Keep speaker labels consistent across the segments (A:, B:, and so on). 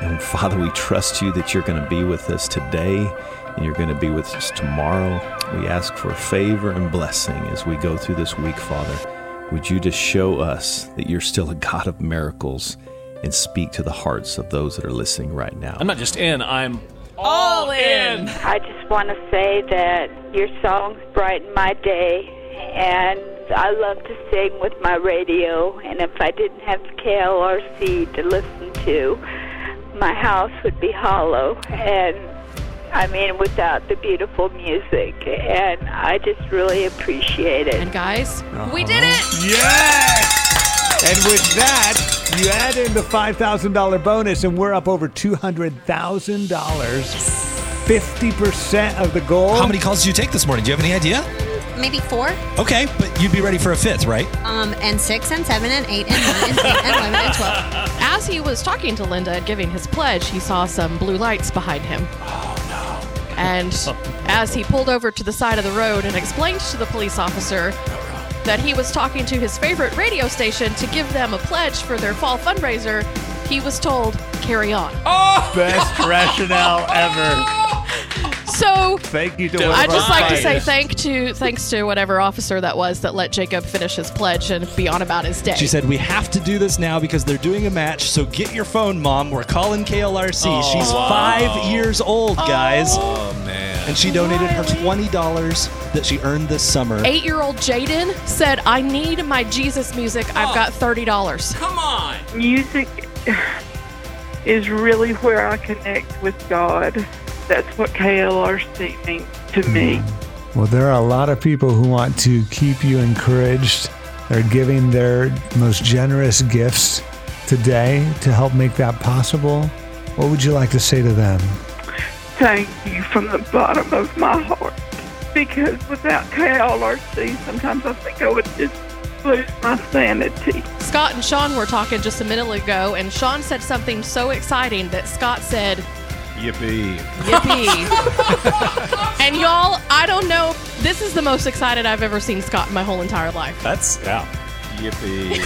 A: And Father, we trust you that you're going to be with us today and you're going to be with us tomorrow. We ask for favor and blessing as we go through this week, Father. Would you just show us that you're still a God of miracles and speak to the hearts of those that are listening right now?
B: I'm not just in, I'm
C: All in.
D: I just want to say that your songs brighten my day, and I love to sing with my radio. And if I didn't have KLRC to listen to, my house would be hollow. And I mean, without the beautiful music, and I just really appreciate it.
C: And guys, we did it.
E: Yes! And with that, you add in the $5,000 bonus, and we're up over $200,000. 50% of the goal.
F: How many calls did you take this morning? Do you have any idea?
G: Maybe four,
F: Okay, but you'd be ready for a fifth, right?
G: um, and six, and seven, and eight, and nine, and ten, and eleven, and twelve.
C: As he was talking to Linda and giving his pledge, he saw some blue lights behind him. Oh no. And as he pulled over to the side of the road and explained to the police officer that he was talking to his favorite radio station to give them a pledge for their fall fundraiser, he was told, carry on.
E: Best rationale ever.
C: So
E: Thank you to
C: I'd
E: whoever
C: just like to
E: provided
C: say
E: it.
C: thank to thanks to whatever officer that was that let Jacob finish his pledge and be on about his day.
F: She said, We have to do this now because they're doing a match. So get your phone, mom. We're calling KLRC. She's five years old, guys. Oh, man. And she donated her $20 that she earned this summer.
C: Eight-year-old Jaden said, "I need my Jesus music. I've got thirty dollars."
B: come on.
H: music is really where I connect with God. That's what KLRC means to me.
E: Well, there are a lot of people who want to keep you encouraged. They're giving their most generous gifts today to help make that possible. What would you like to say to them?
H: Thank you from the bottom of my heart. Because without KLRC, sometimes I think I would just lose my sanity.
C: Scott and Sean were talking just a minute ago, and Sean said something so exciting that Scott said,
I: Yippee.
C: "Yippee!" and y'all, I don't know. This is the most excited I've ever seen Scott in my whole entire life.
F: That's, yeah.
I: Yippee.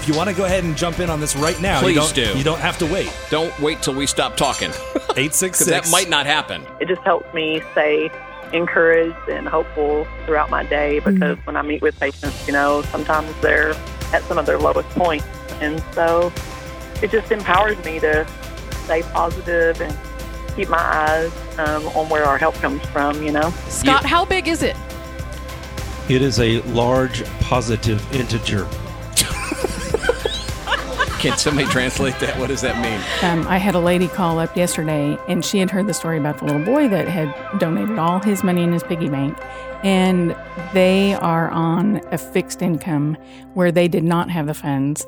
F: If you want to go ahead and jump in on this right now, you
B: Please
F: don't,
B: do.
F: You don't have to wait.
B: Don't wait till we stop talking,
F: 866.
B: because that might not happen.
J: it just helps me stay encouraged and hopeful throughout my day
K: Mm-hmm.
J: because when I meet with patients, you know, sometimes they're at some of their lowest points. And so it just empowers me to stay positive and keep my eyes um, on where our help comes from, you know.
C: Scott, how big is it?
L: It is a large positive integer.
B: Can somebody translate that? What does that mean?
K: Um, I had a lady call up yesterday, and she had heard the story about the little boy that had donated all his money in his piggy bank. And they are on a fixed income where they did not have the funds.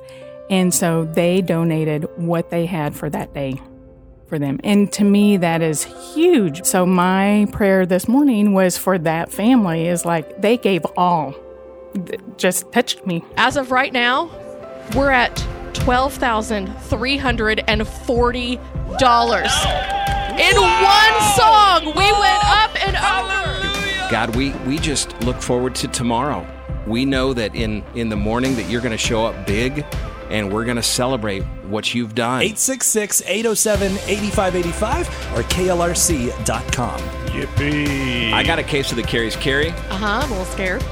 K: And so they donated what they had for that day for them. And to me, that is huge. So my prayer this morning was for that family is like they gave all. It just touched me.
C: As of right now, we're at $12,340. In one song, we went up and over.
B: God, we, we just look forward to tomorrow. We know that in, in the morning that you're going to show up big and we're going to celebrate what you've done.
F: 866 807 8585 or klrc.com.
B: I got a case of the Carries Carrie.
C: Uh huh, I'm a little scared.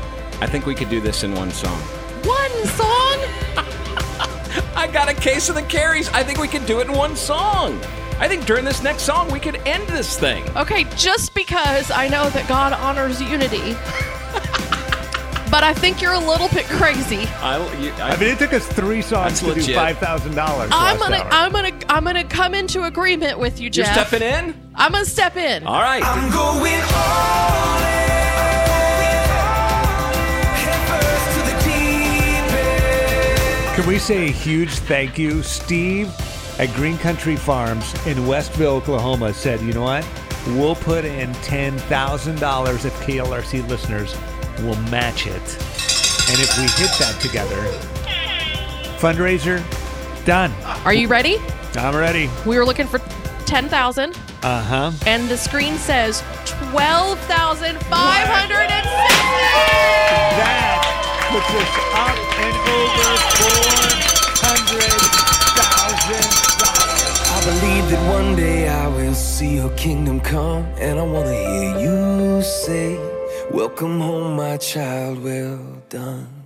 B: I think we could do this in one song.
C: One song?
B: I got a case of the Carries. I think we could do it in one song. I think during this next song, we could end this thing.
C: Okay, just because I know that God honors unity, but I think you're a little bit crazy.
B: I, you, I,
E: I mean, it took us three
B: That's
E: songs to do
B: legit.
E: five thousand dollars.
C: I'm gonna, I'm gonna, I'm gonna come into agreement with you,
B: you're
C: Jeff.
B: stepping Uh. in?
C: I'm gonna step in.
B: All right.
E: Can we say a huge thank you, Steve, at Green Country Farms in Westville, Oklahoma? Said, you know what? We'll put in ten thousand dollars if KLRC listeners will match it, and if we hit that together, fundraiser done.
C: Are you ready?
E: I'm ready.
C: We were looking for ten thousand.
E: Uh huh.
C: and the screen says 12,560.
E: That puts us up and over four hundred thousand
B: One day I will see your kingdom come, and I want to hear you say, Welcome home, my child, well done.